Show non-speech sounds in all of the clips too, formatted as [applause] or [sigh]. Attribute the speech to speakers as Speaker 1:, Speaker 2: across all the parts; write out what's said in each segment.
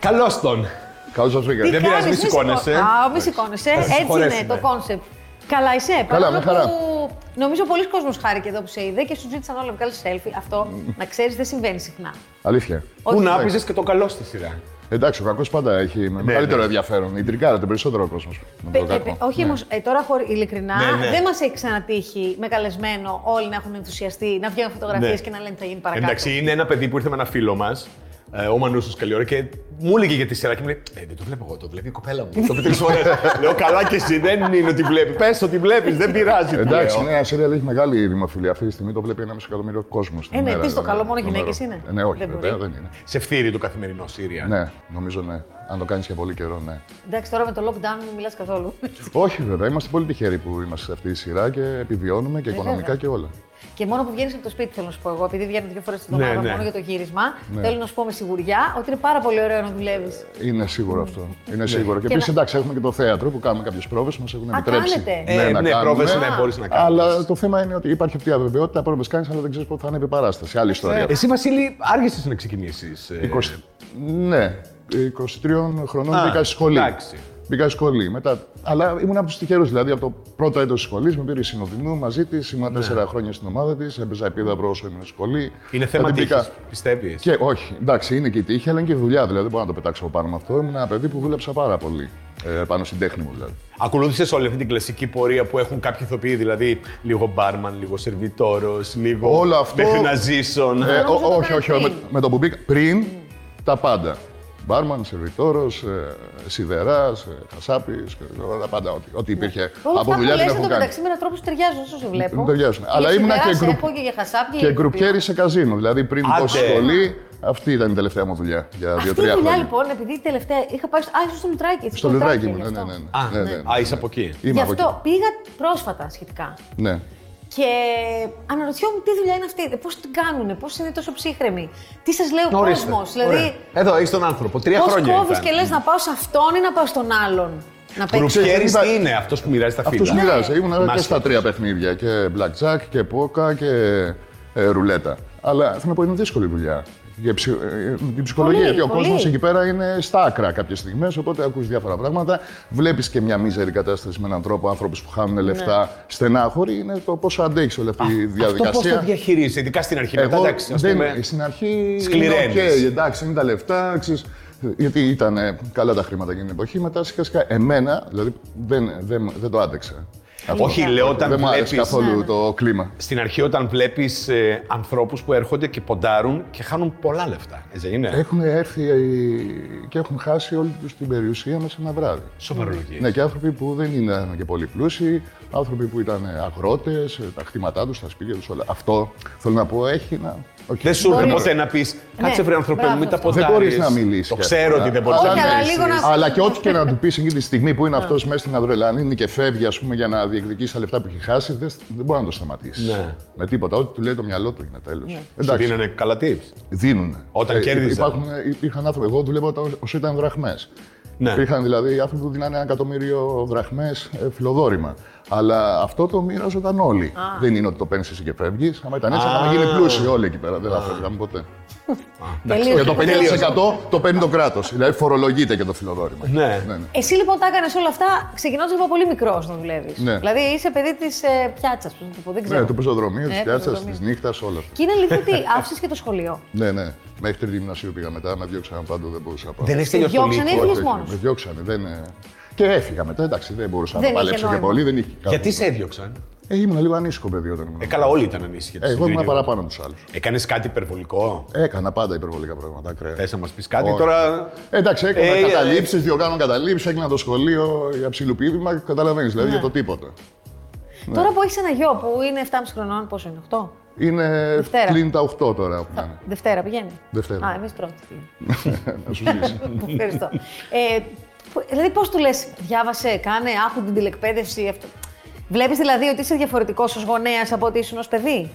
Speaker 1: Καλώς τον.
Speaker 2: Καλώς σας βρήκα.
Speaker 3: Τι
Speaker 1: Δεν πειράζει,
Speaker 3: κάνεις,
Speaker 1: μη σηκώνεσαι.
Speaker 3: σηκώ- Α, μη σηκώνεσαι. Έτσι είναι
Speaker 1: συγχωρέσουμε.
Speaker 3: το κόνσεπτ. Καλά είσαι,
Speaker 2: Καλά,
Speaker 3: παρόλο
Speaker 2: με χαρά.
Speaker 3: που νομίζω πολλοί κόσμος χάρηκε εδώ που σε είδε και σου ζήτησαν όλα να βγάλεις selfie. Αυτό, να ξέρεις, δεν συμβαίνει συχνά.
Speaker 2: Αλήθεια.
Speaker 1: Πού να άπιζες και το καλό στη σειρά.
Speaker 2: Εντάξει, ο κακός πάντα έχει μεγαλύτερο ενδιαφέρον. Η τρικάρατε περισσότερο ο κόσμος με τον
Speaker 3: Πε-
Speaker 2: κακό.
Speaker 3: ε, όχι όμω, τώρα χωρι- ειλικρινά,
Speaker 1: Ναι, ναι.
Speaker 3: δεν μας έχει ξανατύχει με καλεσμένο όλοι να έχουν ενθουσιαστεί, να βγαίνουν φωτογραφίες
Speaker 1: Ναι.
Speaker 3: και να λένε τι θα γίνει παρακάτω.
Speaker 1: Εντάξει, είναι ένα παιδί που ήρθε με ένα φίλο μας, ο Μανούσος καλή ώρα, και μου έλεγε για τη σειρά και μου λέει Ε, δεν το βλέπω εγώ, το βλέπει η κοπέλα μου. το πει τρεις φορές. Λέω καλά και εσύ δεν είναι ότι βλέπει. Πες ότι βλέπεις, δεν πειράζει. του
Speaker 2: Εντάξει, ναι.
Speaker 1: λέω.
Speaker 2: είναι ένα σερία έχει μεγάλη δημοφιλία. Αυτή τη στιγμή το βλέπει ένα μισό εκατομμύριο κόσμος. στην
Speaker 3: Ε, ναι,
Speaker 2: ημέρα,
Speaker 3: τι στο
Speaker 2: δηλαδή,
Speaker 3: καλό, μόνο
Speaker 2: νούμερο.
Speaker 3: γυναίκες είναι.
Speaker 2: Ε, Ναι, όχι,
Speaker 3: Δεν
Speaker 2: βέβαια
Speaker 3: μπορεί.
Speaker 2: δεν είναι.
Speaker 1: Σε φτύρει το καθημερινό Σύρια.
Speaker 2: Ναι, νομίζω ναι. Αν το κάνεις για πολύ καιρό, ναι.
Speaker 3: Εντάξει, τώρα με το lockdown μην μιλάς
Speaker 1: [laughs]
Speaker 3: καθόλου.
Speaker 2: όχι, βέβαια, είμαστε πολύ τυχεροί που είμαστε σε αυτή τη σειρά και επιβιώνουμε και οικονομικά
Speaker 3: Ε, βέβαια.
Speaker 2: και όλα.
Speaker 3: και μόνο που βγαίνεις από το σπίτι, θέλω να σου πω εγώ, επειδή βγαίνω δύο φορές την
Speaker 1: Ναι,
Speaker 3: εβδομάδα
Speaker 1: ναι.
Speaker 3: μόνο για το γύρισμα, θέλω να σου πω με σιγουριά ότι είναι πάρα πολύ ωραίο να δουλεύεις.
Speaker 2: Είναι σίγουρο αυτό. Είναι σίγουρο. Και
Speaker 3: Ναι. Και
Speaker 2: επίσης,
Speaker 3: να-
Speaker 2: εντάξει, έχουμε και το θέατρο που κάνουμε κάποιες πρόβες, μας έχουν
Speaker 3: Α,
Speaker 2: επιτρέψει.
Speaker 3: κάνετε.
Speaker 1: Ε,
Speaker 2: να
Speaker 1: ναι,
Speaker 2: κάνουμε.
Speaker 1: πρόβες, ναι, μπορείς να κάνεις.
Speaker 2: Αλλά το θέμα είναι ότι υπάρχει αυτή η αβεβαιότητα. Πρόβε κάνεις, αλλά δεν ξέρεις πότε θα είναι η παράσταση.
Speaker 1: Ε,
Speaker 2: Άλλη ιστορία.
Speaker 1: Εσύ, Βασίλη, άργησες να ε, ξεκινήσει.
Speaker 2: 20... Ναι, 23 χρονών
Speaker 1: Α,
Speaker 2: μπήκα στη σχολή.
Speaker 1: εντάξει.
Speaker 2: Μπήκα στη σχολή. Μετά... Αλλά ήμουν από τους τυχερούς. Δηλαδή, από το πρώτο έτος της σχολής με πήρε η συνοδυνού μαζί της. Ήμουν
Speaker 1: Ναι.
Speaker 2: τέσσερα χρόνια στην ομάδα της. Έπαιζα επίδαυρο όσο ήμουν στη σχολή.
Speaker 1: Είναι θέμα
Speaker 2: Μετά μπήκα-
Speaker 1: τύχης, πιστεύεις.
Speaker 2: Και όχι, εντάξει, είναι και η τύχη, αλλά είναι και η δουλειά. Δηλαδή, δεν μπορώ να το πετάξω από πάνω με αυτό. Ήμουν ένα παιδί που δούλεψα πάρα πολύ. Ε, πάνω στην τέχνη μου, δηλαδή.
Speaker 1: Ακολούθησες όλη αυτή την κλασική πορεία που έχουν κάποιοι ηθοποιοί, δηλαδή λίγο μπάρμαν, λίγο σερβιτόρος, λίγο.
Speaker 2: Όλο αυτό-
Speaker 1: Μέχρι να ζήσουν.
Speaker 2: Ε,
Speaker 3: νομίζω
Speaker 2: ό-
Speaker 3: το
Speaker 2: όχι,
Speaker 3: έκανα
Speaker 2: όχι, όχι, με,
Speaker 3: πριν.
Speaker 2: με το που μπήκα. Πριν τα πάντα. Μπάρμαν, σερβιτόρος, ε, σιδεράς, ε, χασάπη, όλα τα πάντα. Ό,τι, ό,τι υπήρχε
Speaker 3: Ναι. Όλα
Speaker 2: από
Speaker 3: αυτά που
Speaker 2: δουλειά
Speaker 3: λες
Speaker 2: την
Speaker 3: εν
Speaker 2: έχω
Speaker 3: τω
Speaker 2: κάνει.
Speaker 3: μεταξύ με έναν τρόπο που ταιριάζουν, όσο σε βλέπω.
Speaker 2: Δεν ταιριάζουν.
Speaker 3: Και
Speaker 2: Αλλά
Speaker 3: για
Speaker 2: ήμουνα και
Speaker 3: σιδεράς
Speaker 2: γκρουπ-
Speaker 3: έχω και για χασάπ και,
Speaker 2: Και
Speaker 3: για
Speaker 2: γκρουπιέρι σε καζίνο. Δηλαδή πριν
Speaker 1: Άντε.
Speaker 2: μπω στη σχολή, αυτή ήταν η τελευταία μου δουλειά για
Speaker 3: Αυτή η
Speaker 2: δύο-τρία
Speaker 3: δουλειά
Speaker 2: χρόνια.
Speaker 3: λοιπόν, επειδή τελευταία είχα πάει. στο- Α, ήσουν στο Λουτράκι. έτσι,
Speaker 2: Στο λουδράκι
Speaker 3: Λουτράκι,
Speaker 2: μου, ναι,
Speaker 3: γι'
Speaker 2: ναι,
Speaker 3: αυτό.
Speaker 2: ναι. ναι.
Speaker 1: Α,
Speaker 2: Ναι, ναι, ναι.
Speaker 1: α, είσαι από εκεί.
Speaker 2: Είμαι
Speaker 3: Γι'
Speaker 2: από εκεί.
Speaker 3: αυτό πήγα πρόσφατα σχετικά.
Speaker 2: Ναι.
Speaker 3: Και αναρωτιόμουν τι δουλειά είναι αυτή, πώς την κάνουν, πώς είναι τόσο ψύχρεμοι, τι σας λέει ο
Speaker 1: Ορίστε.
Speaker 3: κόσμος. Δηλαδή,
Speaker 1: Ωραία. Εδώ έχει τον άνθρωπο. Τρία
Speaker 3: πώς
Speaker 1: χρόνια.
Speaker 3: κόβεις
Speaker 1: ήταν.
Speaker 3: και λες να πάω σε αυτόν ή να πάω στον άλλον. Να παίξω.
Speaker 1: Κρουπιέρης
Speaker 2: Ξέρεις,
Speaker 1: τι είναι αυτός που μοιράζει τα
Speaker 2: Αυτό σου
Speaker 1: φύλλα.
Speaker 2: μοιράζει. Ήμουν και
Speaker 1: Μάσκες.
Speaker 2: στα τρία παιχνίδια. Και blackjack και πόκα και ε, ρουλέτα. Αλλά θέλω να πω είναι δύσκολη δουλειά. Για ψυχ- ε, ε, την ψυχολογία.
Speaker 3: Πολύ,
Speaker 2: γιατί ο
Speaker 3: πολύ.
Speaker 2: κόσμο εκεί πέρα είναι στα άκρα κάποιες στιγμές. Οπότε ακούς διάφορα πράγματα. Βλέπεις και μια μίζερη κατάσταση με έναν τρόπο. Άνθρωποι που χάνουν λεφτά στενάχωροι. Είναι το πόσο αντέχεις όλη αυτή η διαδικασία.
Speaker 1: Αυτό πώς το διαχειρίζεσαι, ειδικά στην αρχή. Μετά,
Speaker 2: Εγώ
Speaker 1: εντάξει, ας
Speaker 2: δεν,
Speaker 1: πούμε.
Speaker 2: στην αρχή
Speaker 1: σκληραίνεις.
Speaker 2: είναι οκ, εντάξει, είναι τα λεφτά, ξέρεις, γιατί ήταν ε, καλά τα χρήματα εκείνη την εποχή, μετά σιγά σιγά εμένα, δηλαδή δεν, δεν, δεν το άντεξα. Αυτό.
Speaker 1: Όχι, λέω όταν
Speaker 2: δεν μου άρεσε
Speaker 1: βλέπεις.
Speaker 2: καθόλου το κλίμα.
Speaker 1: Στην αρχή, όταν βλέπεις ε, ανθρώπους που έρχονται και ποντάρουν και χάνουν πολλά λεφτά. Έτσι δεν είναι.
Speaker 2: Έχουν έρθει ε, και έχουν χάσει όλη τους την περιουσία μέσα σε ένα βράδυ.
Speaker 1: Σοβαρολογίες.
Speaker 2: Ναι, και άνθρωποι που δεν ήταν και πολύ πλούσιοι, άνθρωποι που ήταν αγρότες, τα χτήματά τους, τα σπίτια τους, όλα. Αυτό θέλω να πω έχει να. όχι,
Speaker 1: Δεν σου ήρθε
Speaker 2: μπορεί.
Speaker 1: ποτέ να πεις Κάτσε
Speaker 3: Ναι,
Speaker 1: βρε ανθρωπέ μου,
Speaker 3: μπράβο
Speaker 1: μην τα
Speaker 3: αυτό.
Speaker 1: ποτάρεις».
Speaker 2: Δεν μπορείς να μιλήσεις
Speaker 1: Το
Speaker 2: και
Speaker 1: ξέρω
Speaker 2: αυτά.
Speaker 1: ότι δεν μπορείς να
Speaker 2: Όχι,
Speaker 3: αλλά
Speaker 1: μιλήσεις.
Speaker 3: λίγο να-
Speaker 2: Αλλά και ό,τι και να του πεις εκείνη τη στιγμή που είναι αυτός μέσα στην αδρελανίνη και φεύγει ας πούμε, για να διεκδικήσει τα λεφτά που έχει χάσει, δεν, δεν μπορεί να το σταματήσεις.
Speaker 1: Ναι.
Speaker 2: Με τίποτα. Ό,τι του λέει το μυαλό του είναι τέλος.
Speaker 3: Ναι.
Speaker 1: Σου
Speaker 2: Εντάξει, Ε,
Speaker 1: δίνανε καλά tips.
Speaker 2: δίνουν.
Speaker 1: Όταν κέρδιζαν.
Speaker 2: υπήρχαν άνθρωποι. Εγώ δουλεύω όταν- όσο ήταν δραχμές.
Speaker 1: Ναι.
Speaker 2: Υπήρχαν δηλαδή άνθρωποι που δίνανε ένα εκατομμύριο δραχμές φιλοδόρημα. Αλλά αυτό το μοίραζονταν όλοι. Δεν είναι ότι το παίρνεις εσύ και φεύγεις. Άμα ήταν έτσι, θα είχαμε γίνει πλούσιοι όλοι εκεί πέρα. Δεν θα φεύγαμε ποτέ.
Speaker 3: Τελείως.
Speaker 2: Για το 50% το παίρνει το κράτος. Δηλαδή φορολογείται και το φιλοδόρημα.
Speaker 1: Ναι.
Speaker 3: Εσύ λοιπόν τα έκανες όλα αυτά ξεκινώντας από πολύ μικρός να δουλεύεις.
Speaker 2: Ναι.
Speaker 3: Δηλαδή είσαι παιδί της ε, πιάτσας, που το πω, δεν ξέρω.
Speaker 2: Ναι, του πεζοδρομίου, της
Speaker 3: Ε,
Speaker 2: πιάτσας,
Speaker 3: πεζοδρομίου.
Speaker 2: της νύχτας, όλα αυτά.
Speaker 3: Και είναι αλήθεια
Speaker 2: [laughs]
Speaker 3: ότι άφησες και το σχολείο.
Speaker 2: Ναι, ναι. Μέχρι τρίτη γυμνασίου πήγα μετά, με διώξαν πάντο, δεν μπορούσα να πάω.
Speaker 1: Δεν έχεις
Speaker 3: Σε
Speaker 1: τελειώσει το
Speaker 3: διώξανε
Speaker 1: λύκο.
Speaker 3: ή
Speaker 2: Ε,
Speaker 3: έφυγε
Speaker 2: Όχι,
Speaker 3: μόνο.
Speaker 2: Με διώξανε, δεν. ε, Και έφυγα μετά, εντάξει, δεν μπορούσα
Speaker 3: Δεν
Speaker 2: να
Speaker 3: είχε
Speaker 2: παλέψω και
Speaker 3: νόημα.
Speaker 2: πολύ, δεν είχε κάτι.
Speaker 1: Γιατί σε έδιωξαν.
Speaker 2: Ε, ήμουν λίγο ανήσυχο παιδί όταν ήμουν.
Speaker 1: Ε, καλά, όλοι ήταν ανήσυχοι.
Speaker 2: Ε, εγώ ήμουν παραπάνω από τους άλλους.
Speaker 1: Έκανες κάτι υπερβολικό.
Speaker 2: Έκανα πάντα υπερβολικά πράγματα, ακραία.
Speaker 1: Θες να μας πεις κάτι
Speaker 2: Όχι.
Speaker 1: τώρα.
Speaker 2: Ε, Εντάξει, έκανα
Speaker 1: Ε, ε,
Speaker 2: καταλήψεις, δύο κάνω καταλήψεις, έκανα το σχολείο για ψιλοπίδημα, καταλαβαίνεις δηλαδή
Speaker 3: Ναι.
Speaker 2: για το τίποτα. Ναι.
Speaker 3: Τώρα που έχεις ένα γιο που είναι 7,5 χρονών, πόσο είναι, 8.
Speaker 2: Είναι
Speaker 3: Δευτέρα.
Speaker 2: πλην τα 8 τώρα που είναι.
Speaker 3: Δευτέρα πηγαίνει.
Speaker 2: Δευτέρα.
Speaker 3: Α, εμείς πρώτη.
Speaker 2: Να σου μιλήσω.
Speaker 3: Ευχαριστώ. Ε, που- δηλαδή, πώς του λες, διάβασε, κάνε, άκου την τηλεκπαίδευση. Αυτό. Βλέπεις δηλαδή ότι είσαι διαφορετικός ως γονέας από ότι ήσουν ως παιδί.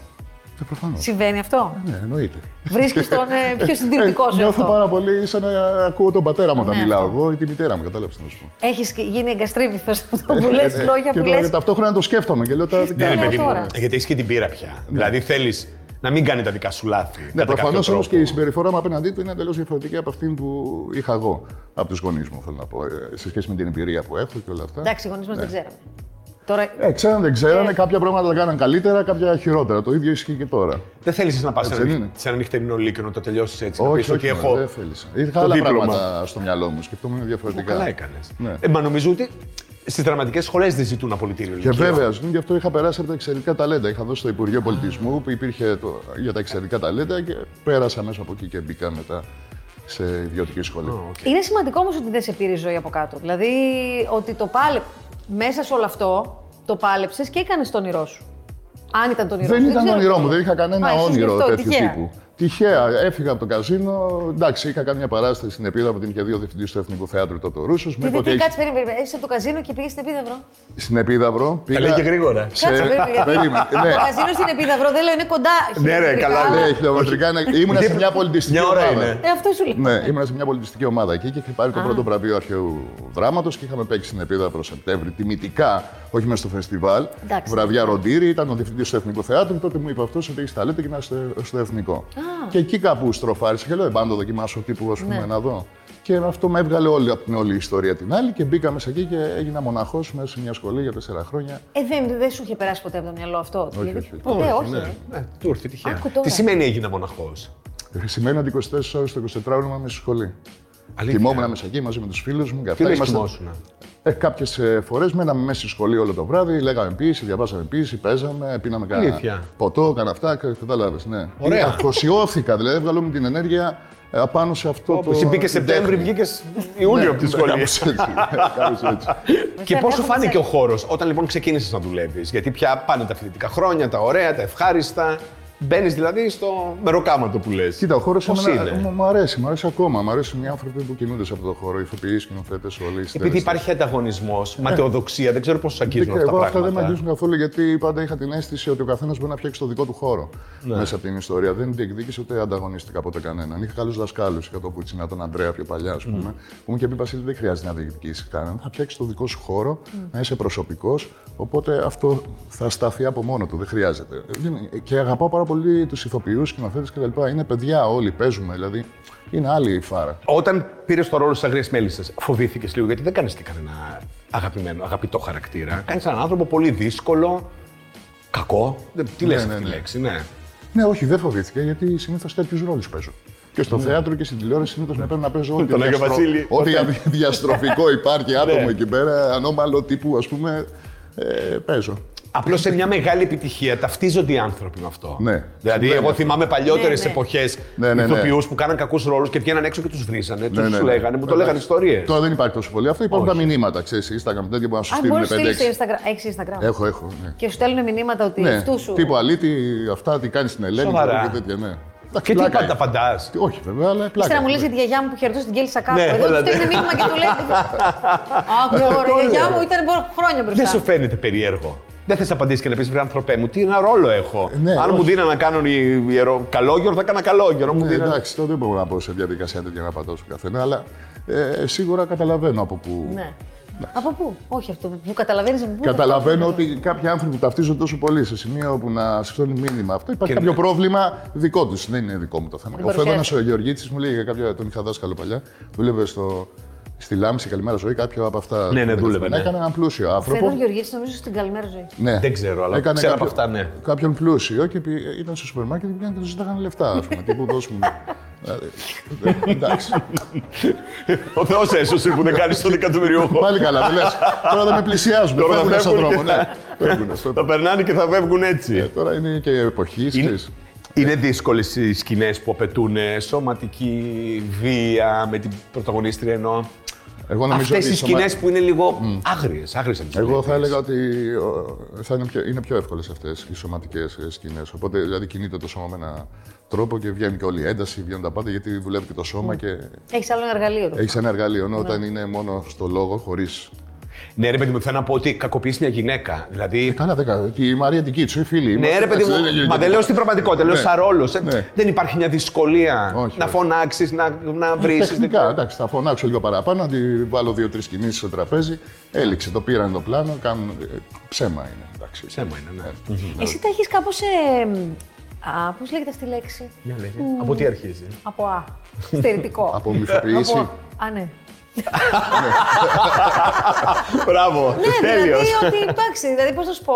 Speaker 2: Ε, Προφανώς.
Speaker 3: Συμβαίνει αυτό.
Speaker 2: Ναι, εννοείται.
Speaker 3: Βρίσκεις τον ε, πιο συντηρητικό
Speaker 2: Ε,
Speaker 3: σου
Speaker 2: Νιώθω
Speaker 3: αυτό.
Speaker 2: πάρα πολύ σαν να ακούω τον πατέρα μου όταν
Speaker 3: Ναι,
Speaker 2: μιλάω
Speaker 3: αυτό.
Speaker 2: εγώ ή τη μητέρα μου, κατάλαβες να σου πω.
Speaker 3: Έχεις γίνει εγκαστρίμηθος [laughs] αυτό που λε, λόγια
Speaker 2: Ε, και
Speaker 3: που
Speaker 2: τώρα
Speaker 3: λες.
Speaker 2: ταυτόχρονα το σκέφτομαι και λέω τα.
Speaker 3: Ναι,
Speaker 1: ρε
Speaker 3: ναι,
Speaker 1: παιδί μου,
Speaker 3: τώρα.
Speaker 1: Γιατί έχεις και την πείρα πια. Δηλαδή θέλεις να μην κάνει τα δικά σου λάθη.
Speaker 2: Ναι,
Speaker 1: κατά
Speaker 2: προφανώς
Speaker 1: κάποιο
Speaker 2: όμω
Speaker 1: τρόπο.
Speaker 2: και η συμπεριφορά μου απέναντί του είναι εντελώς διαφορετική από αυτή που είχα εγώ από τους γονείς μου, θέλω να πω, ε, σε σχέση με την εμπειρία που έχω και όλα αυτά.
Speaker 3: Εντάξει, οι γονείς μας δεν
Speaker 2: Ναι.
Speaker 3: ξέραμε. Τώρα.
Speaker 2: Ε, ξέραν, δεν ξέρανε,
Speaker 3: Ε.
Speaker 2: κάποια πράγματα τα κάναν καλύτερα, κάποια χειρότερα. Το ίδιο ισχύει και τώρα.
Speaker 1: Δεν θέλει να πας σε,
Speaker 2: Έτσι
Speaker 1: ένα-
Speaker 2: δεν είναι.
Speaker 1: σε ένα νυχτερινό λύκειο να το τελειώσεις έτσι. να πεις,
Speaker 2: όχι,
Speaker 1: «Οκ,
Speaker 2: όχι, ναι,
Speaker 1: έχω...
Speaker 2: δεν θέλησα. Είχα άλλα
Speaker 1: δίπλωμα.
Speaker 2: πράγματα στο μυαλό μου, σκεφτόμουν διαφορετικά.
Speaker 1: Καλά έκανες.
Speaker 2: Ναι.
Speaker 1: Ε, μα νομίζω ότι στις δραματικές σχολές δεν ζητούν απολυτήριο
Speaker 2: Και
Speaker 1: λύκειο.
Speaker 2: βέβαια, ας πούμε, γι' αυτό είχα περάσει από τα εξαιρετικά ταλέντα. Είχα δώσει στο Υπουργείο Πολιτισμού που υπήρχε το, για τα εξαιρετικά ταλέντα και πέρασα μέσα από εκεί και μπήκα μετά σε ιδιωτική σχολή.
Speaker 3: Είναι σημαντικό όμως ότι δεν σε πήρε η ζωή από κάτω. Δηλαδή ότι το πάλε... μέσα σε όλο αυτό το πάλεψες και έκανες το όνειρό σου. Αν ήταν το όνειρό σου.
Speaker 2: Δεν ήταν
Speaker 3: ξέρω
Speaker 2: όνειρό
Speaker 3: τι
Speaker 2: μου,
Speaker 3: είναι.
Speaker 2: δεν είχα κανένα
Speaker 3: Α, εσύ
Speaker 2: όνειρο
Speaker 3: σκεφτό,
Speaker 2: τέτοιου
Speaker 3: τυχαία.
Speaker 2: τύπου. Τυχαία, έφυγα από το καζίνο. Εντάξει, είχα κάνει μια παράσταση στην Επίδαυρο που την είχε δύο διευθυντής του Εθνικού Θεάτρου τότε ο Ρούσο. Με
Speaker 3: Τι- τι-
Speaker 2: είπε
Speaker 3: τι-
Speaker 2: ότι
Speaker 3: Κάτσε, περίμενε. περίμενε. Είσαι από το καζίνο και πήγες στην Επίδαυρο.
Speaker 2: στην Επίδαυρο.
Speaker 1: Τα λέει και γρήγορα.
Speaker 3: Κάτσε, περίμενε. [laughs]
Speaker 2: Περίμενε.
Speaker 3: Το
Speaker 2: ναι.
Speaker 3: καζίνο στην Επίδαυρο, δεν λέω είναι κοντά.
Speaker 1: Ναι, ρε,
Speaker 3: χιλιόμετρα.
Speaker 1: καλά,
Speaker 2: Ναι, χιλιομετρικά είναι- Ήμουνα σε μια πολιτιστική
Speaker 1: Μια ώρα
Speaker 2: ομάδα.
Speaker 1: είναι.
Speaker 3: Ε, αυτό σου λέω.
Speaker 2: Ναι, ήμουν σε μια πολιτιστική ομάδα εκεί και είχε πάρει το πρώτο βραβείο αρχαίου δράματος και είχαμε παίξει στην Επίδαυρο Σεπτέμβρη τιμητικά, όχι μέσα στο φεστιβάλ.
Speaker 3: Εντάξει.
Speaker 2: Βραβιά Ροντήρη, ήταν ο διευθυντής του Εθνικού Θεάτρου και τότε μου είπε αυτός ότι έχεις ταλέντα και να στο, στο Εθνικό. Και εκεί κάπου στροφάρισε και λέω: Εμπάνω το δοκιμάσω τύπου, ας πούμε, να δω. Και αυτό με έβγαλε όλη από την όλη η ιστορία την άλλη και μπήκα μέσα εκεί και έγινα μοναχός μέσα σε μια σχολή για τέσσερα χρόνια.
Speaker 3: Ε, δεν, δεν σου είχε περάσει ποτέ από το μυαλό αυτό. Όχι,
Speaker 2: όχι, όχι.
Speaker 3: Ποτέ, όχι. ε.
Speaker 1: Ναι, του ήρθε τυχαία.
Speaker 3: Άκου τώρα.
Speaker 1: Τι σημαίνει έγινα μοναχό.
Speaker 2: Σημαίνει ότι 24 ώρες το 24ωρο ήμουν μέσα στη σχολή. Κοιμόμουν μέσα εκεί μαζί με τους φίλους μου και
Speaker 1: Τι
Speaker 2: αυτά.
Speaker 1: λες
Speaker 2: Ήμασταν-
Speaker 1: κοιμόσουνα.
Speaker 2: Ε, Κάποιες φορές μέναμε μέσα στη σχολή όλο το βράδυ, λέγαμε ποιήση, διαβάσαμε ποιήση, παίζαμε, πίναμε
Speaker 1: Αλήθεια.
Speaker 2: κανένα ποτό, κάνα αυτά, κατάλαβες. Ναι.
Speaker 1: Ωραία.
Speaker 2: Αφοσιώθηκα, δηλαδή έβγαλα όλη την ενέργεια ε, απάνω σε αυτό
Speaker 1: Όπου
Speaker 2: το.
Speaker 1: εσύ μπήκες
Speaker 2: την
Speaker 1: Σεπτέμβρη,
Speaker 2: τέχνη.
Speaker 1: βγήκες Ιούλιο από τη
Speaker 2: Ναι,
Speaker 1: σχολή.
Speaker 2: κάπως έτσι, ναι, κάπως
Speaker 1: [laughs]
Speaker 2: έτσι.
Speaker 1: Και
Speaker 3: Μετά
Speaker 1: πώς σου
Speaker 3: έχουμε
Speaker 1: φάνηκε
Speaker 3: σε-
Speaker 1: ο χώρος όταν λοιπόν ξεκίνησες να δουλεύεις. Γιατί πια πάνε τα φοιτητικά χρόνια, τα ωραία, τα ευχάριστα. Μπαίνεις δηλαδή στο μεροκάματο που λες.
Speaker 2: Κοίτα, ο χώρος
Speaker 1: Πώς είναι?
Speaker 2: Μου αρέσει, μου αρέσει ακόμα. Μου αρέσουν οι άνθρωποι που κινούνται σε αυτό το χώρο, οι ηθοποιοί, σκηνοθέτες, όλοι. οι
Speaker 1: Επειδή
Speaker 2: στέρες.
Speaker 1: υπάρχει ανταγωνισμός, ματαιοδοξία, δεν ξέρω πώς σου αγγίζουν
Speaker 2: Και
Speaker 1: αυτά τα
Speaker 2: Ναι. Ε, εγώ αυτά δεν με
Speaker 1: πράγματα. ε.
Speaker 2: αγγίζουν καθόλου γιατί πάντα είχα την αίσθηση ότι ο καθένας μπορεί να φτιάξει το δικό του χώρο
Speaker 1: Ναι.
Speaker 2: μέσα από την ιστορία. Δεν διεκδίκησε ούτε ανταγωνίστηκα ποτέ κανέναν. Είχα καλούς δασκάλους, είχα τον Πουτσινά, τον Αντρέα πιο παλιά, ας πούμε, που μου και πει Βασίλη, δεν χρειάζεται να διεκδικήσεις κανέναν. Θα φτιάξεις το δικό σου χώρο, να είσαι προσωπικός. Οπότε αυτό θα σταθεί από μόνο του, δεν χρειάζεται. Ε, Δεν- Και αγαπάω πάρα πολύ τους ηθοποιούς, σκηνοθέτες κτλ. Είναι παιδιά όλοι, παίζουμε δηλαδή. Είναι άλλη η φάρα.
Speaker 1: Όταν πήρες το ρόλο τη Αγρία Μέλισσα, φοβήθηκες λίγο γιατί δεν κάνεις και κανένα αγαπημένο, αγαπητό χαρακτήρα. Κάνεις έναν άνθρωπο πολύ δύσκολο, κακό. Δεν- Τι λες
Speaker 2: ναι,
Speaker 1: αυτή τη
Speaker 2: ναι.
Speaker 1: λέξη, ναι.
Speaker 2: Ναι, όχι, δεν φοβήθηκα γιατί συνήθως τέτοιους ρόλους παίζω. Και στο θέατρο και στην τηλεόραση συνήθως με παίρνω να παίζω ό,τι,
Speaker 1: Ναι. Τον Άγιο Βασίλη.
Speaker 2: ό,τι διαστροφικό υπάρχει άτομο
Speaker 1: [laughs] Ναι.
Speaker 2: εκεί πέρα, ανώμαλο τύπου ας πούμε. Ε, παίζω.
Speaker 1: Απλώς σε μια μεγάλη επιτυχία ταυτίζονται οι άνθρωποι με αυτό.
Speaker 2: Ναι.
Speaker 1: Δηλαδή,
Speaker 2: Συμβαίνει
Speaker 1: εγώ
Speaker 2: αυτό.
Speaker 1: θυμάμαι παλιότερες
Speaker 3: Ναι, ναι.
Speaker 1: εποχές
Speaker 2: Ναι, ναι, ναι.
Speaker 1: ηθοποιούς που κάναν κακούς ρόλους και βγαίναν έξω και τους βρίζανε. Τους
Speaker 2: Ναι, ναι, ναι.
Speaker 1: λέγανε, μου το
Speaker 2: Εντάξει.
Speaker 1: λέγανε ιστορίες.
Speaker 2: Τώρα δεν υπάρχει τόσο πολύ. Αυτό υπάρχουν τα μηνύματα, ξέρεις, Instagram τέτοια που να σου
Speaker 3: Α, μπορεί
Speaker 2: στείλουν
Speaker 3: να
Speaker 2: 5-6.
Speaker 3: στείλεις στο Instagram. Έχεις Instagram.
Speaker 2: Έχω, έχω. Ναι.
Speaker 3: Και σου στέλνουν μηνύματα ότι
Speaker 2: Ναι,
Speaker 3: αυτού σου.
Speaker 2: Τύπου αλήτη, αυτά τι κάνεις στην Ελένη
Speaker 1: Σοβαρά.
Speaker 2: και τέτοια. Ναι.
Speaker 1: Και τι
Speaker 2: Πλάκα
Speaker 1: πάντα
Speaker 2: είναι.
Speaker 1: απαντά.
Speaker 2: Όχι, βέβαια, αλλά πλάκα. ναι.
Speaker 3: Ύστερα μου λε
Speaker 2: είναι.
Speaker 3: για τη γιαγιά μου που χαιρετούσε την κέλισσα κάπου.
Speaker 1: Ναι,
Speaker 3: Εδώ του
Speaker 1: έλατε.
Speaker 3: στέλνει μήνυμα και του
Speaker 2: [laughs]
Speaker 3: λέει. Άκου τώρα, η γιαγιά μου ήταν μπρο- χρόνια
Speaker 1: Δεν σου
Speaker 3: μπροστά.
Speaker 1: φαίνεται περίεργο. Δεν θες απαντήσεις και να πεις βρε άνθρωπέ μου, τι ένα ρόλο έχω.
Speaker 2: ναι,
Speaker 1: Αν μου
Speaker 2: όχι.
Speaker 1: δίνανε να κάνω ιερό... καλόγερο, θα έκανα καλόγερο. μου
Speaker 2: Ναι,
Speaker 1: δίνανε-
Speaker 2: εντάξει, τότε δεν μπορώ να πω σε διαδικασία τέτοια να πατάω στον καθένα, αλλά ε, σίγουρα καταλαβαίνω από πού.
Speaker 3: Ναι. Από πού, όχι αυτό που καταλαβαίνεις.
Speaker 2: Καταλαβαίνω ότι κάποιοι άνθρωποι ταυτίζονται τόσο πολύ σε σημείο που να σηκώνει μήνυμα αυτό. Υπάρχει
Speaker 1: Και- ναι.
Speaker 2: κάποιο πρόβλημα δικό τους. Δεν είναι δικό μου το θέμα. Ο Φέδωνα
Speaker 3: παρουσιάζει.
Speaker 2: ο Γεωργίτης μου λέει για κάποια. Τον είχα δάσκαλο παλιά. Δούλευε στο, στη Λάμψη, καλημέρα ζωή, κάποιο από αυτά.
Speaker 1: Ναι, ναι, δούλευε, ναι.
Speaker 2: Έκανε έναν πλούσιο
Speaker 3: Φρέδον
Speaker 2: άνθρωπο.
Speaker 3: Γεωργίτη, νομίζω στην καλημέρα ζωή.
Speaker 2: Ναι.
Speaker 1: Δεν ξέρω, αλλά ξέρω από αυτά, ναι.
Speaker 2: Κάποιον πλούσιο και πη- ήταν στο σούπερ μάρκετ και πήγαν και τους ζητάγανε λεφτά. Ας πούμε, τύπου δώσ' μου. Ε, Εντάξει.
Speaker 1: Ο Θεό έσωσε που δεν κάνεις τον εκατομμυριούχο.
Speaker 2: Πάλι καλά, δεν λες. Τώρα δεν με πλησιάζουν.
Speaker 1: Τώρα θα
Speaker 2: Φεύγουνε στον
Speaker 1: φεύγουν
Speaker 2: δρόμο.
Speaker 1: και-
Speaker 2: ναι. Φεύγουνε στον
Speaker 1: Τα περνάνε και θα φεύγουν
Speaker 2: Ε,
Speaker 1: έτσι.
Speaker 2: Τώρα είναι και εποχής.
Speaker 1: Είναι,
Speaker 2: ξέρεις.
Speaker 1: είναι δύσκολες οι σκηνές που απαιτούν ε, σωματική βία με την πρωταγωνίστρια ενώ.
Speaker 2: Εγώ νομίζω
Speaker 1: Αυτές
Speaker 2: ότι
Speaker 1: οι
Speaker 2: σωμα-
Speaker 1: σκηνές που είναι λίγο άγριες. Άγριες
Speaker 2: Εγώ θα έλεγα ότι ο, θα είναι πιο, είναι πιο εύκολες αυτές οι σωματικές σκηνές. Οπότε δηλαδή κινείται το σώμα με έναν τρόπο και βγαίνει και όλη η ένταση, βγαίνουν τα πάντα γιατί δουλεύει και το
Speaker 1: Ναι.
Speaker 2: σώμα και
Speaker 3: Έχεις άλλο ένα εργαλείο.
Speaker 2: έχει ένα εργαλείο. Ενώ όταν είναι μόνο στο λόγο, χωρίς.
Speaker 1: Ναι, ρε παιδί μου, θέλω να πω ότι κακοποιείς μια γυναίκα. Δηλαδή.
Speaker 2: Καλά, δεκα. Η Μαρία ε, Τικίτσου, οι φίλοι.
Speaker 1: Ναι,
Speaker 2: είμαστε,
Speaker 1: ρε παιδί
Speaker 2: εντάξει, δεν είναι
Speaker 1: μου, μα δεν
Speaker 2: γενικό.
Speaker 1: λέω στην πραγματικότητα, λέω
Speaker 2: Ναι.
Speaker 1: σαν ρόλος. ε.
Speaker 2: Ναι.
Speaker 1: Δεν υπάρχει μια δυσκολία
Speaker 2: Όχι,
Speaker 1: να
Speaker 2: όχι.
Speaker 1: φωνάξεις, να, να βρει.
Speaker 2: ε, Τεχνικά, εντάξει, θα φωνάξω λίγο παραπάνω, να τη βάλω δύο-τρει κινήσεις στο τραπέζι. Έληξε, το πήραν το πλάνο, κάνουν. ε, Ψέμα είναι. Εντάξει.
Speaker 1: Ψέμα είναι, ναι.
Speaker 3: Εσύ τα έχεις κάπως ε, Α, πώς λέγεται αυτή η λέξη.
Speaker 1: Μια λέξη. Από τι
Speaker 2: [laughs]
Speaker 1: αρχίζει.
Speaker 3: Από Α. Στερητικό.
Speaker 2: Από μυθοποίηση.
Speaker 3: Από Α. Α, ναι.
Speaker 1: Μπράβο.
Speaker 3: Ναι,
Speaker 1: Τέλειος.
Speaker 3: δηλαδή ότι εντάξει, δηλαδή πώς να σου πω.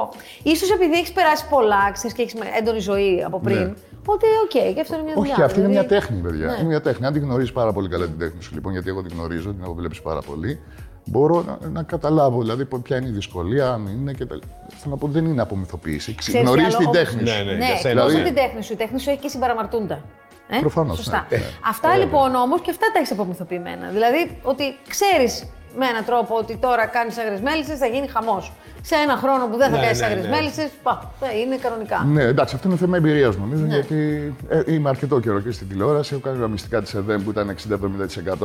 Speaker 3: Ίσως επειδή έχεις περάσει πολλά, ξέρεις και έχεις έντονη ζωή από πριν,
Speaker 2: Ναι.
Speaker 3: ότι οκ, και αυτό είναι μια δουλειά.
Speaker 2: Όχι, αυτή είναι μια
Speaker 3: δηλαδή.
Speaker 2: τέχνη, παιδιά.
Speaker 3: Ναι.
Speaker 2: Είναι μια τέχνη. Αν τη γνωρίζεις πάρα πολύ καλά την τέχνη σου, λοιπόν, γιατί εγώ την γνωρίζω, την έχω βλέψει πάρα πολύ, μπορώ να, να καταλάβω δηλαδή πο- ποια είναι η δυσκολία, αν είναι και τα Θέλω να πω, δεν είναι απομυθοποίηση.
Speaker 3: τι
Speaker 2: Γνωρίζεις
Speaker 3: άλλο,
Speaker 2: την
Speaker 3: όμως-
Speaker 2: τέχνη σου.
Speaker 1: Ναι, ναι.
Speaker 3: Ναι,
Speaker 1: για
Speaker 3: εκτός
Speaker 1: σένα,
Speaker 3: από
Speaker 2: ναι.
Speaker 3: την τέχνη σου. Η τέχνη σου έχει και συμπαραμαρτούντα. Ε?
Speaker 2: Προφανώς,
Speaker 3: Σωστά.
Speaker 2: ναι. Ε,
Speaker 3: Αυτά λοιπόν όμως και αυτά τα έχεις απομυθοποιημένα. Δηλαδή ότι ξέρεις με έναν τρόπο ότι τώρα κάνεις άγρε μέλισσες, θα γίνει χαμός. Σε ένα χρόνο που δεν θα
Speaker 1: Ναι,
Speaker 3: κάνει
Speaker 1: ναι,
Speaker 3: άγρε
Speaker 1: ναι.
Speaker 3: μέλισσες, θα είναι κανονικά.
Speaker 2: Ναι, εντάξει, αυτό είναι θέμα εμπειρίας νομίζω,
Speaker 3: Ναι.
Speaker 2: γιατί ε, είμαι αρκετό καιρό και στην τηλεόραση. Έχω κάνει τα μυστικά της ΕΔΕΜ που ήταν 60-70%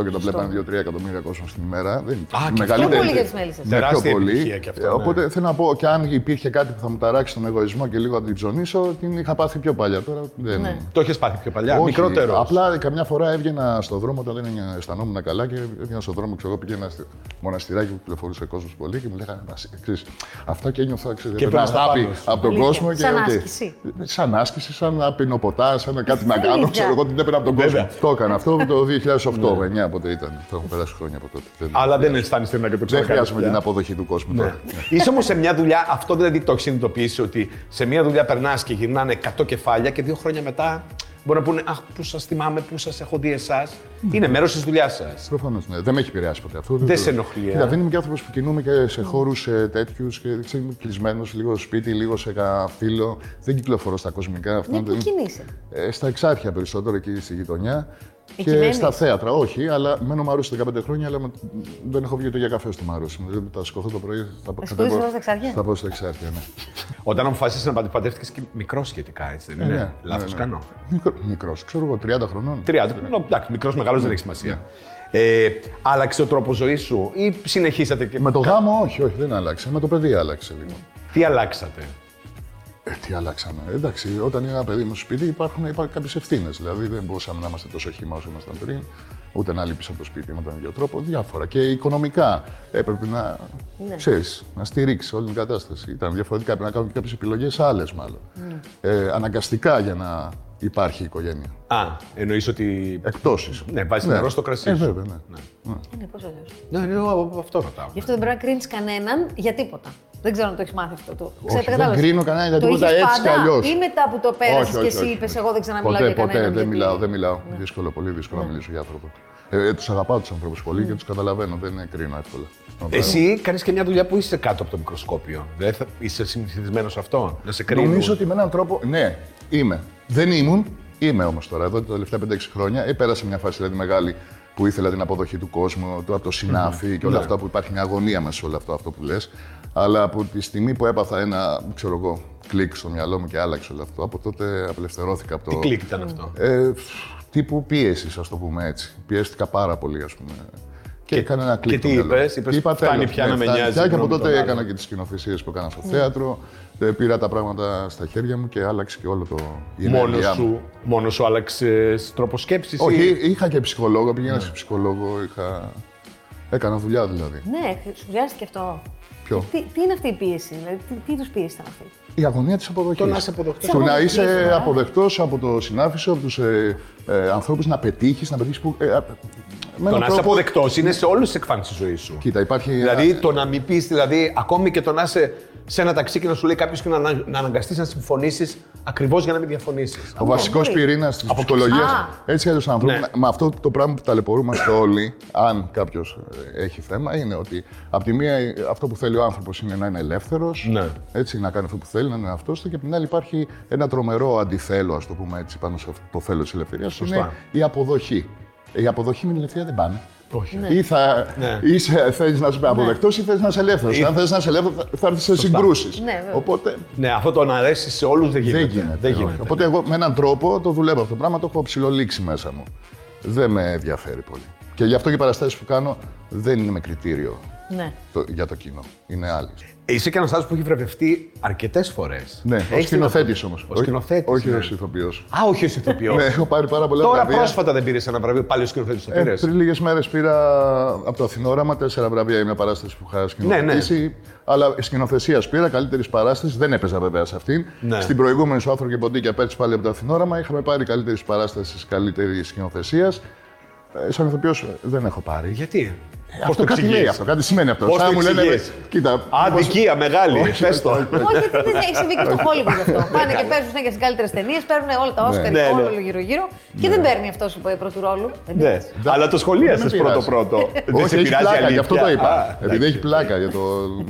Speaker 2: και τα βλέπανε 2-3 εκατομμύρια κόσμο στην ημέρα. Δεν
Speaker 1: και αυτό
Speaker 3: Πιο πολύ
Speaker 2: είναι.
Speaker 3: για τις μέλισσες.
Speaker 2: Ναι, πιο
Speaker 1: Τεράστια επιτυχία
Speaker 2: πολύ.
Speaker 1: και αυτό,
Speaker 2: Ε,
Speaker 1: ναι.
Speaker 2: Οπότε θέλω να πω και αν υπήρχε κάτι που θα μου ταράξει τον εγωισμό και λίγο να την ψωνίσω, την είχα πάθει πιο παλιά. Τώρα δεν.
Speaker 3: Ναι.
Speaker 1: Το έχει πάθει πιο παλιά.
Speaker 2: Όχι,
Speaker 1: Μικρότερο.
Speaker 2: Απλά καμιά φορά έβγαινα στον δρόμο όταν δεν αισθανόμουν καλά και έβγαινα στον δρόμο. Ξέρω, πήγαινα στο μοναστηράκι που κυκλοφορούσε κόσμος πολύ και μου λέγανε «Να σε- ξέρεις, Αυτά και ένιωθα. Ξέρεις,
Speaker 1: Και
Speaker 2: περνάς
Speaker 1: έπαιρνες τα
Speaker 2: τάπη
Speaker 1: πάνω σου.
Speaker 2: από τον
Speaker 3: Αλήθεια.
Speaker 2: κόσμο. και,
Speaker 3: Σαν
Speaker 2: οκ.
Speaker 3: άσκηση.
Speaker 2: Σαν άσκηση, σαν να πίνω ποτά, σαν να κάτι να κάνω.
Speaker 3: Αλήθεια.
Speaker 2: Ξέρω εγώ την έπαιρνα από τον κόσμο.
Speaker 1: Βέβαια.
Speaker 2: Το έκανα αυτό [laughs] το 2008-2009 ποτέ ήταν. Το έχουν περάσει χρόνια από τότε. Δεν- Ναι.
Speaker 1: Αλλά δεν αισθάνεσαι να και το
Speaker 2: Δεν
Speaker 1: ξανακάνεις
Speaker 2: χρειάζομαι
Speaker 1: πια.
Speaker 2: την αποδοχή του κόσμου τώρα.
Speaker 1: Είσαι όμως σε μια δουλειά, αυτό δηλαδή το έχει συνειδητοποιήσει, ότι σε μια δουλειά περνάς και γυρνάνε 100 κεφάλια και δύο χρόνια μετά μπορεί να πούνε Αχ, πού σας θυμάμαι, πού σας έχω δει εσάς. Είναι μέρος της δουλειάς σας.
Speaker 2: Προφανώς, ναι. Δεν με έχει επηρεάσει ποτέ αυτό.
Speaker 1: Δεν σε ενοχλεί, ε.
Speaker 2: Κοίτα, δεν είμαι και άνθρωπος που κινούμαι και σε χώρους τέτοιους και ξέρω, είμαι κλεισμένο λίγο στο σπίτι, λίγο σε κανένα φίλο. Δεν κυκλοφορώ στα κοσμικά. αυτό
Speaker 3: Ναι,
Speaker 2: δεν-
Speaker 3: πού κινείσαι.
Speaker 2: Ε, στα εξάρχεια περισσότερο εκεί στη γειτονιά.
Speaker 3: Εκεί
Speaker 2: και
Speaker 3: μένεις?
Speaker 2: στα θέατρα, όχι, αλλά μένω Μαρούσι 15 χρόνια, αλλά με- δεν έχω βγει ούτε για καφέ στο Μαρούσι. Δηλαδή, τα σκοτώ το πρωί, θα
Speaker 3: σκοτώσεις
Speaker 2: κατέβω-
Speaker 3: εδώ στα Εξάρχεια?
Speaker 2: Θα πάω στα εξάρχεια, ναι.
Speaker 1: Όταν αποφασίσει να παντρευτεί και μικρός σχετικά, έτσι δεν
Speaker 2: Ε,
Speaker 1: είναι.
Speaker 2: ναι,
Speaker 1: Λάθος
Speaker 2: ναι, ναι.
Speaker 1: κάνω.
Speaker 2: Μικρο, μικρός, ξέρω εγώ, 30 χρονών.
Speaker 1: 30. Ναι. Εντάξει, μικρός, μεγάλος δεν έχει σημασία.
Speaker 2: Ναι.
Speaker 1: Ε, άλλαξε ο τρόπος ζωής σου ή συνεχίσατε και.
Speaker 2: Με το γάμο, όχι, όχι, δεν άλλαξε. Με το παιδί άλλαξε λίγο.
Speaker 1: Τι αλλάξατε.
Speaker 2: Ε, τι αλλάξαμε. Εντάξει, όταν είναι ένα παιδί μου στο σπίτι υπάρχουν, υπάρχουν κάποιες ευθύνες. Δηλαδή δεν μπορούσαμε να είμαστε τόσο χύμα όσο ήμασταν πριν, ούτε να λείπεις από το σπίτι με τον ίδιο τρόπο. Διάφορα. Και οικονομικά έπρεπε να, ξέρεις, να στηρίξεις όλη την κατάσταση. Ήταν διαφορετικά. Πρέπει να κάνουμε κάποιες επιλογές άλλες, μάλλον. Ε, αναγκαστικά για να υπάρχει η οικογένεια.
Speaker 1: Α, εννοείς ότι.
Speaker 2: Εκτόσεις.
Speaker 1: Ναι, βάζεις νερό στο κρασί
Speaker 2: Ε,
Speaker 1: σου.
Speaker 2: βέβαια, ναι.
Speaker 3: Είναι πώς αλλιώς.
Speaker 1: Ναι, ναι, εγώ αυτό ρωτάω.
Speaker 3: Γι' αυτό δεν πρέπει να κρίνεις κανέναν για τίποτα. Δεν ξέρω αν το έχεις μάθει αυτό. Το...
Speaker 2: δεν κρίνω κανέναν για τίποτα,
Speaker 3: είχες
Speaker 2: έτσι κι
Speaker 3: πάντα
Speaker 2: αλλιώς.
Speaker 3: Ή μετά που το
Speaker 2: Όχι,
Speaker 3: πέρασες
Speaker 2: όχι,
Speaker 3: και εσύ
Speaker 2: όχι,
Speaker 3: είπες,
Speaker 2: όχι.
Speaker 3: Εγώ δεν ξαναμιλάω
Speaker 2: Ποτέ,
Speaker 3: για
Speaker 2: ποτέ,
Speaker 3: κανέναν.
Speaker 2: δεν
Speaker 3: γιατί- Ναι.
Speaker 2: μιλάω, δεν μιλάω. Δύσκολο, πολύ δύσκολο να μιλήσω για άνθρωπο. Ε, ε, τους αγαπάω τους ανθρώπου
Speaker 3: Ναι.
Speaker 2: πολύ και τους καταλαβαίνω, δεν ε, κρίνω εύκολα.
Speaker 1: Ε,
Speaker 2: Ε,
Speaker 1: Εσύ κάνεις και μια δουλειά που είσαι κάτω από το μικροσκόπιο. Δεν θα... Είσαι συνηθισμένος σε αυτό, να σε κρίνουν.
Speaker 2: Νομίζω ότι με έναν τρόπο. Ναι, είμαι. Δεν ήμουν, είμαι όμως τώρα. Εδώ τα τελευταία 5-6 χρόνια ε, πέρασε μια φάση δηλαδή, μεγάλη που ήθελα την αποδοχή του κόσμου, το από το
Speaker 3: Ναι.
Speaker 2: συνάφι και όλα αυτά που υπάρχει μια αγωνία μέσα σε όλο αυτό, αυτό που λες. Αλλά από τη στιγμή που έπαθα ένα, ξέρω εγώ, κλικ στο μυαλό μου και άλλαξε όλο αυτό, από τότε απελευθερώθηκα από το.
Speaker 1: Τι κλικ ήταν αυτό.
Speaker 2: Ε, τύπου πίεση, ας το πούμε έτσι. Πιέστηκα πάρα πολύ, ας πούμε. Και,
Speaker 1: Και-
Speaker 2: έκανα ένα κλικ.
Speaker 1: και τι
Speaker 2: στο μυαλό.
Speaker 1: είπες, είπες,
Speaker 2: Είπα
Speaker 1: «Φτάνει
Speaker 2: τέλος, Ναι,
Speaker 1: πια να με
Speaker 2: φτάνει
Speaker 1: νοιάζει
Speaker 2: πια.
Speaker 1: η
Speaker 2: Και από
Speaker 1: γνώμη των
Speaker 2: τότε
Speaker 1: άλλων.
Speaker 2: έκανα και τις σκηνοθεσίε που έκανα
Speaker 1: Ναι.
Speaker 2: στο θέατρο. Ε, Πήρα τα πράγματα στα χέρια μου και άλλαξε και όλο το. η
Speaker 1: Μόνο
Speaker 2: ενέργειά μου.
Speaker 1: σου, μόνος σου άλλαξε τρόπος σκέψης.
Speaker 2: Όχι, είχα και ψυχολόγο, πήγαινα
Speaker 1: Ναι.
Speaker 2: σε ψυχολόγο, είχα. Έκανα δουλειά δηλαδή.
Speaker 3: Ναι, σου χρειάστηκε αυτό.
Speaker 2: Ποιο?
Speaker 3: Τι, τι είναι αυτή η πίεση, δηλαδή, τι, τι είδου πίεση ήταν αυτή.
Speaker 2: Η αγωνία της αποδοχής.
Speaker 1: να είσαι αποδοκτός.
Speaker 2: Του να
Speaker 3: Της
Speaker 2: είσαι
Speaker 3: αποδοχής, ναι.
Speaker 2: αποδεκτός από το συνάφη σου, από τους ε, ε, ανθρώπους, να πετύχεις, να πετύχεις. Που... Ε, α- με
Speaker 1: Το να
Speaker 2: έναν
Speaker 1: είσαι
Speaker 2: τρόπο-
Speaker 1: αποδεκτός είναι σε όλες τις εκφάνσεις της ζωής σου.
Speaker 2: Κοίτα, υπάρχει.
Speaker 1: Δηλαδή το να μην πεις, δηλαδή, ακόμη και το να είσαι σε ένα ταξί και να σου λέει κάποιος και να, ανα- να αναγκαστείς να συμφωνήσεις ακριβώς για να μην διαφωνήσεις.
Speaker 2: Ο βασικός
Speaker 3: μπορεί.
Speaker 2: πυρήνας της ψυχολογίας.
Speaker 3: Α.
Speaker 2: Έτσι κι αλλιώς ανθρώπου.
Speaker 1: Ναι.
Speaker 2: Με αυτό το πράγμα που ταλαιπωρούμαστε όλοι, αν κάποιος έχει θέμα, είναι ότι από τη μία ε, αυτό που θέλει ο άνθρωπος είναι να είναι ελεύθερος,
Speaker 1: Ναι.
Speaker 2: έτσι, να κάνει αυτό που θέλει, να είναι αυτό του, και από την άλλη υπάρχει ένα τρομερό αντιθέλο, ας το πούμε έτσι, πάνω σε αυτό το θέλω της ελευθερίας.
Speaker 1: Σωστά.
Speaker 2: Είναι η αποδοχή. Η αποδοχή με την ελευθερία δεν πάνε.
Speaker 1: Όχι.
Speaker 2: Ή θα είσαι, θέλεις να είσαι αποδεκτός ή θέλεις να είσαι ελεύθερος. Αν θέλει να είσαι ελεύθερος, θα- θα έρθεις σε συγκρούσεις.
Speaker 3: Ναι, βέβαια.
Speaker 2: Οπότε
Speaker 1: Ναι, αυτό το να αρέσει σε όλους δεν γίνεται.
Speaker 2: δεν γίνεται.
Speaker 1: Δεν
Speaker 2: όχι.
Speaker 1: γίνεται.
Speaker 2: Οπότε εγώ με έναν τρόπο το δουλεύω αυτό το πράγμα, το έχω ψηλολήξει μέσα μου. Δεν με ενδιαφέρει πολύ. Και γι' αυτό και οι παραστάσεις που κάνω δεν είναι με κριτήριο
Speaker 3: Ναι.
Speaker 2: το- για το κοινό. Είναι άλλε.
Speaker 1: Ε, Είσαι και ένας άνθρωπος που έχει βραβευτεί αρκετές φορές.
Speaker 2: Ναι, ω σκηνοθέτη όμως.
Speaker 1: Ο σκηνοθέτης.
Speaker 2: Όχι ως ηθοποιός.
Speaker 1: Α, όχι ως ηθοποιός.
Speaker 2: Ναι, έχω πάρει πάρα πολλά
Speaker 1: Τώρα
Speaker 2: βραβεία.
Speaker 1: πρόσφατα δεν πήρες ένα βραβείο, πάλι ως σκηνοθέτης το
Speaker 2: Ε,
Speaker 1: πήρες.
Speaker 2: πριν λίγες μέρες πήρα από το Αθηνόραμα τέσσερα βραβεία για μια παράσταση που
Speaker 1: Ναι,
Speaker 2: είχα σκηνοθετήσει. Αλλά σκηνοθεσίας πήρα, καλύτερης παράστασης. Δεν έπαιζα βέβαια σε αυτήν.
Speaker 1: Ναι.
Speaker 2: Στην προηγούμενη σου άνθρωπο και ποντίκια πέρσι πάλι από το Αθηνόραμα είχαμε πάρει καλύτερης παράστασης, καλύτερης σκηνοθεσίας. Ε, σαν ηθοποιός δεν έχω πάρει.
Speaker 1: Γιατί.
Speaker 2: Ε,
Speaker 1: Πώς
Speaker 2: αυτό κάτι
Speaker 1: εξηγείς?
Speaker 2: λέει αυτό, κάτι σημαίνει αυτό.
Speaker 1: Πώς
Speaker 2: Σαν
Speaker 1: το
Speaker 2: να μου λένε,
Speaker 1: εξηγείς?
Speaker 2: «Ε, κοίτα,
Speaker 1: Α,
Speaker 2: μήπως-
Speaker 1: δικία, μεγάλη.
Speaker 2: Όχι,
Speaker 1: Πες το.
Speaker 2: όχι, όχι.
Speaker 3: Όχι, γιατί δεν έχει συμβεί και στο Hollywood αυτό. Πάνε και παίζουν συνέχεια στις καλύτερες ταινίες, παίρνουν όλα τα Όσκαρ,
Speaker 1: Ναι, ναι.
Speaker 3: όλο γύρω-γύρω και δεν παίρνει αυτός που είπε πρώτου ρόλου. Δεν
Speaker 1: Ναι,
Speaker 3: πειράζει.
Speaker 1: αλλά το σχολίασε
Speaker 2: Δεν με πειράζει.
Speaker 1: πρώτο-πρώτο.
Speaker 2: Όχι, έχει πλάκα, γι' αυτό το
Speaker 1: Α,
Speaker 2: είπα. Επειδή έχει πλάκα, για το-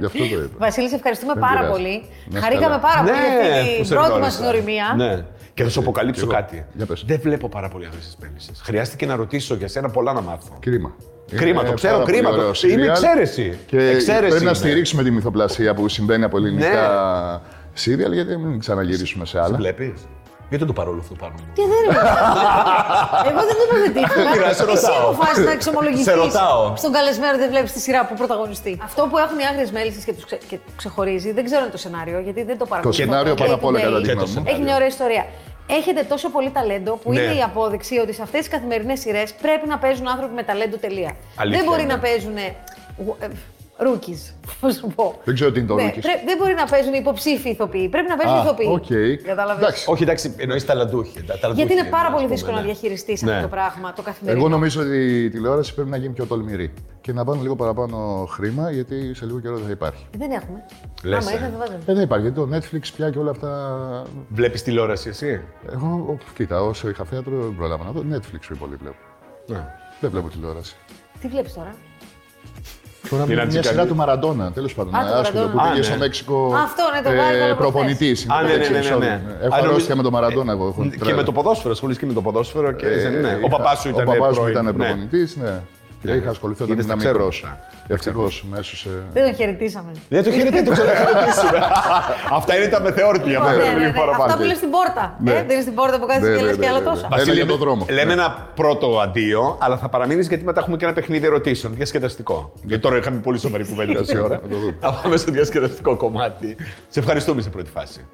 Speaker 2: γι' αυτό το είπα.
Speaker 3: Βασίλη, σε ευχαριστούμε
Speaker 2: Δεν
Speaker 3: πάρα
Speaker 2: πειράζει.
Speaker 3: πολύ.
Speaker 2: Να είσαι
Speaker 3: Χαρήκαμε
Speaker 2: καλά.
Speaker 3: πάρα πολύ για
Speaker 1: Ναι,
Speaker 3: αυτή
Speaker 1: που
Speaker 3: την
Speaker 1: σε
Speaker 3: πρώτη μα
Speaker 1: γνώρισα.
Speaker 3: γνωριμία.
Speaker 1: Ναι. Και θα σου αποκαλύψω
Speaker 2: εγώ.
Speaker 1: κάτι.
Speaker 2: Για πες.
Speaker 1: Δεν βλέπω πάρα πολύ αυτές τις πέμπτησε. Χρειάστηκε να ρωτήσω για σένα πολλά να μάθω.
Speaker 2: Κρίμα.
Speaker 1: Κρίμα,
Speaker 2: Είναι
Speaker 1: το ξέρω,
Speaker 2: Ε, πάρα πολύ
Speaker 1: κρίμα το.
Speaker 2: ωραίο
Speaker 1: Είναι
Speaker 2: serial
Speaker 1: εξαίρεση.
Speaker 2: Και
Speaker 1: Εξαίρεση
Speaker 2: πρέπει να
Speaker 1: είναι.
Speaker 2: στηρίξουμε τη μυθοπλασία που συμβαίνει από ελληνικά
Speaker 1: Ναι.
Speaker 2: σύριαλ, γιατί μην ξαναγυρίσουμε σε
Speaker 1: Σε
Speaker 2: άλλα.
Speaker 1: βλέπεις. Γιατί δεν το πάρω όλο αυτό πάνω μου.
Speaker 3: Τι δεν
Speaker 2: [laughs]
Speaker 3: είναι. Εγώ δεν είμαι
Speaker 1: πειράζει,
Speaker 3: τίποτα.
Speaker 1: σε
Speaker 3: Εσύ
Speaker 1: ρωτάω.
Speaker 3: αποφάσισες να εξομολογηθείς.
Speaker 1: Σε ρωτάω.
Speaker 3: Στον καλεσμένο δεν βλέπεις τη σειρά που πρωταγωνιστεί. Αυτό που έχουν οι άγριες μέλισσες και τους ξεχωρίζει δεν ξέρω είναι το σενάριο, γιατί δεν το
Speaker 2: Το
Speaker 3: παρακολουθώ.
Speaker 2: σενάριο
Speaker 3: Και
Speaker 2: πάνω απ' όλα
Speaker 3: day-to-day.
Speaker 2: κατά τη
Speaker 1: Και το
Speaker 2: γνώμη μου.
Speaker 1: σενάριο.
Speaker 3: Έχει μια ωραία ιστορία. Έχετε τόσο πολύ ταλέντο που
Speaker 1: Ναι.
Speaker 3: είναι η απόδειξη ότι σε αυτές τις καθημερινές σειρές πρέπει να παίζουν άνθρωποι με ταλέντο τελεία.
Speaker 1: Αλήθεια
Speaker 3: δεν μπορεί
Speaker 1: είναι.
Speaker 3: να παίζουν. ε, Ρούκι, [laughs] πώς να πω.
Speaker 2: Δεν ξέρω τι είναι το
Speaker 3: Ναι,
Speaker 2: rookies.
Speaker 3: πρέ- δεν μπορεί να παίζουν υποψήφοι ηθοποιοί. Πρέπει να παίζουν
Speaker 2: Α,
Speaker 3: ηθοποιοί.
Speaker 2: οκ.
Speaker 3: Κατάλαβες.
Speaker 2: Εντάξει.
Speaker 1: Όχι, εντάξει, εννοείς ταλαντούχοι. τα- ταλαντούχοι
Speaker 3: Γιατί είναι πάρα
Speaker 1: ας
Speaker 3: πολύ
Speaker 1: πούμε,
Speaker 3: δύσκολο
Speaker 1: ναι.
Speaker 3: να διαχειριστεί
Speaker 1: Ναι.
Speaker 3: αυτό το πράγμα το καθημερινό.
Speaker 2: Εγώ νομίζω ότι η τηλεόραση πρέπει να γίνει πιο τολμηρή και να πάνε λίγο παραπάνω χρήμα, γιατί σε λίγο καιρό δεν θα υπάρχει.
Speaker 3: Δεν έχουμε.
Speaker 1: Λες,
Speaker 3: Άμα
Speaker 1: ε.
Speaker 3: ήταν, θα βάζαμε.
Speaker 2: Ε, δεν υπάρχει, γιατί το Netflix πια και όλα αυτά.
Speaker 1: Βλέπεις τηλεόραση εσύ.
Speaker 2: Εγώ, ο, κοίτα, όσο είχα θέατρο, δεν πρόλαβα να δω. Netflix πιο πολύ βλέπω.
Speaker 1: Ναι.
Speaker 2: Δεν βλέπω τηλεόραση.
Speaker 3: Τι βλέπεις τώρα.
Speaker 2: Τώρα
Speaker 1: να
Speaker 2: με μια
Speaker 1: τσικαλεί.
Speaker 2: σειρά του Μαραντόνα, τέλος πάντων.
Speaker 3: Α, του
Speaker 2: Άσχετο που
Speaker 3: Μαραντόνα.
Speaker 2: πήγε
Speaker 1: Α,
Speaker 2: στο
Speaker 1: ναι.
Speaker 2: Μέξικο. ε,
Speaker 3: Αυτό, ναι, το βγάλε όλο
Speaker 2: Προπονητής.
Speaker 1: Α, ναι, ναι, ναι, ναι, ναι.
Speaker 2: Έχω
Speaker 1: Α,
Speaker 2: αρρώστια
Speaker 1: νομίζω-
Speaker 2: με τον Μαραντόνα εγώ. έχω
Speaker 1: Και
Speaker 2: τρέλα.
Speaker 1: με το ποδόσφαιρο, ασχολείσαι και με το ποδόσφαιρο. Και,
Speaker 2: Ε,
Speaker 1: ναι.
Speaker 2: είχα-
Speaker 1: Ο παπάς σου ήταν.
Speaker 2: Ο παπάς μου
Speaker 1: πρώην,
Speaker 2: ήταν
Speaker 1: ναι.
Speaker 2: προπονητής, ναι. Και είχα ασχοληθεί όταν
Speaker 1: Είδες,
Speaker 2: ήμουν
Speaker 1: τα ξέρω
Speaker 2: μικρός.
Speaker 1: αυτά.
Speaker 2: Ευτυχώ με έσωσε.
Speaker 3: Δεν τον χαιρετήσαμε.
Speaker 1: Δεν Ναι, το χαιρετίζω, το
Speaker 2: [laughs]
Speaker 1: ξαναχαιρετήσουμε. Αυτά είναι τα μεθεόρτια.
Speaker 3: Λοιπόν,
Speaker 1: αυτά
Speaker 3: ναι,
Speaker 1: που
Speaker 3: ναι,
Speaker 1: λέει
Speaker 3: ναι.
Speaker 1: φορά
Speaker 3: Αυτά που
Speaker 1: πάντα.
Speaker 3: λες στην πόρτα.
Speaker 2: Ναι.
Speaker 3: ε, Δεν είναι στην πόρτα που κάθεσαι
Speaker 2: Ναι,
Speaker 3: και λες
Speaker 2: ναι,
Speaker 3: και
Speaker 2: ναι,
Speaker 3: άλλα
Speaker 2: ναι,
Speaker 3: τόσα.
Speaker 2: ναι. Έλεγε
Speaker 1: Βασίλη,
Speaker 2: τον δρόμο.
Speaker 1: Λέμε ένα πρώτο αντίο, αλλά θα παραμείνεις γιατί μετά έχουμε και ένα παιχνίδι ερωτήσεων. Διασκεδαστικό. Γιατί τώρα
Speaker 2: [laughs]
Speaker 1: είχαμε πολύ σοβαρή κουβέντα τόση ώρα.
Speaker 2: Ναι, Θα το δούμε.
Speaker 1: Θα πάμε στο διασκεδαστικό κομμάτι. Σε ευχαριστούμε σε πρώτη φάση.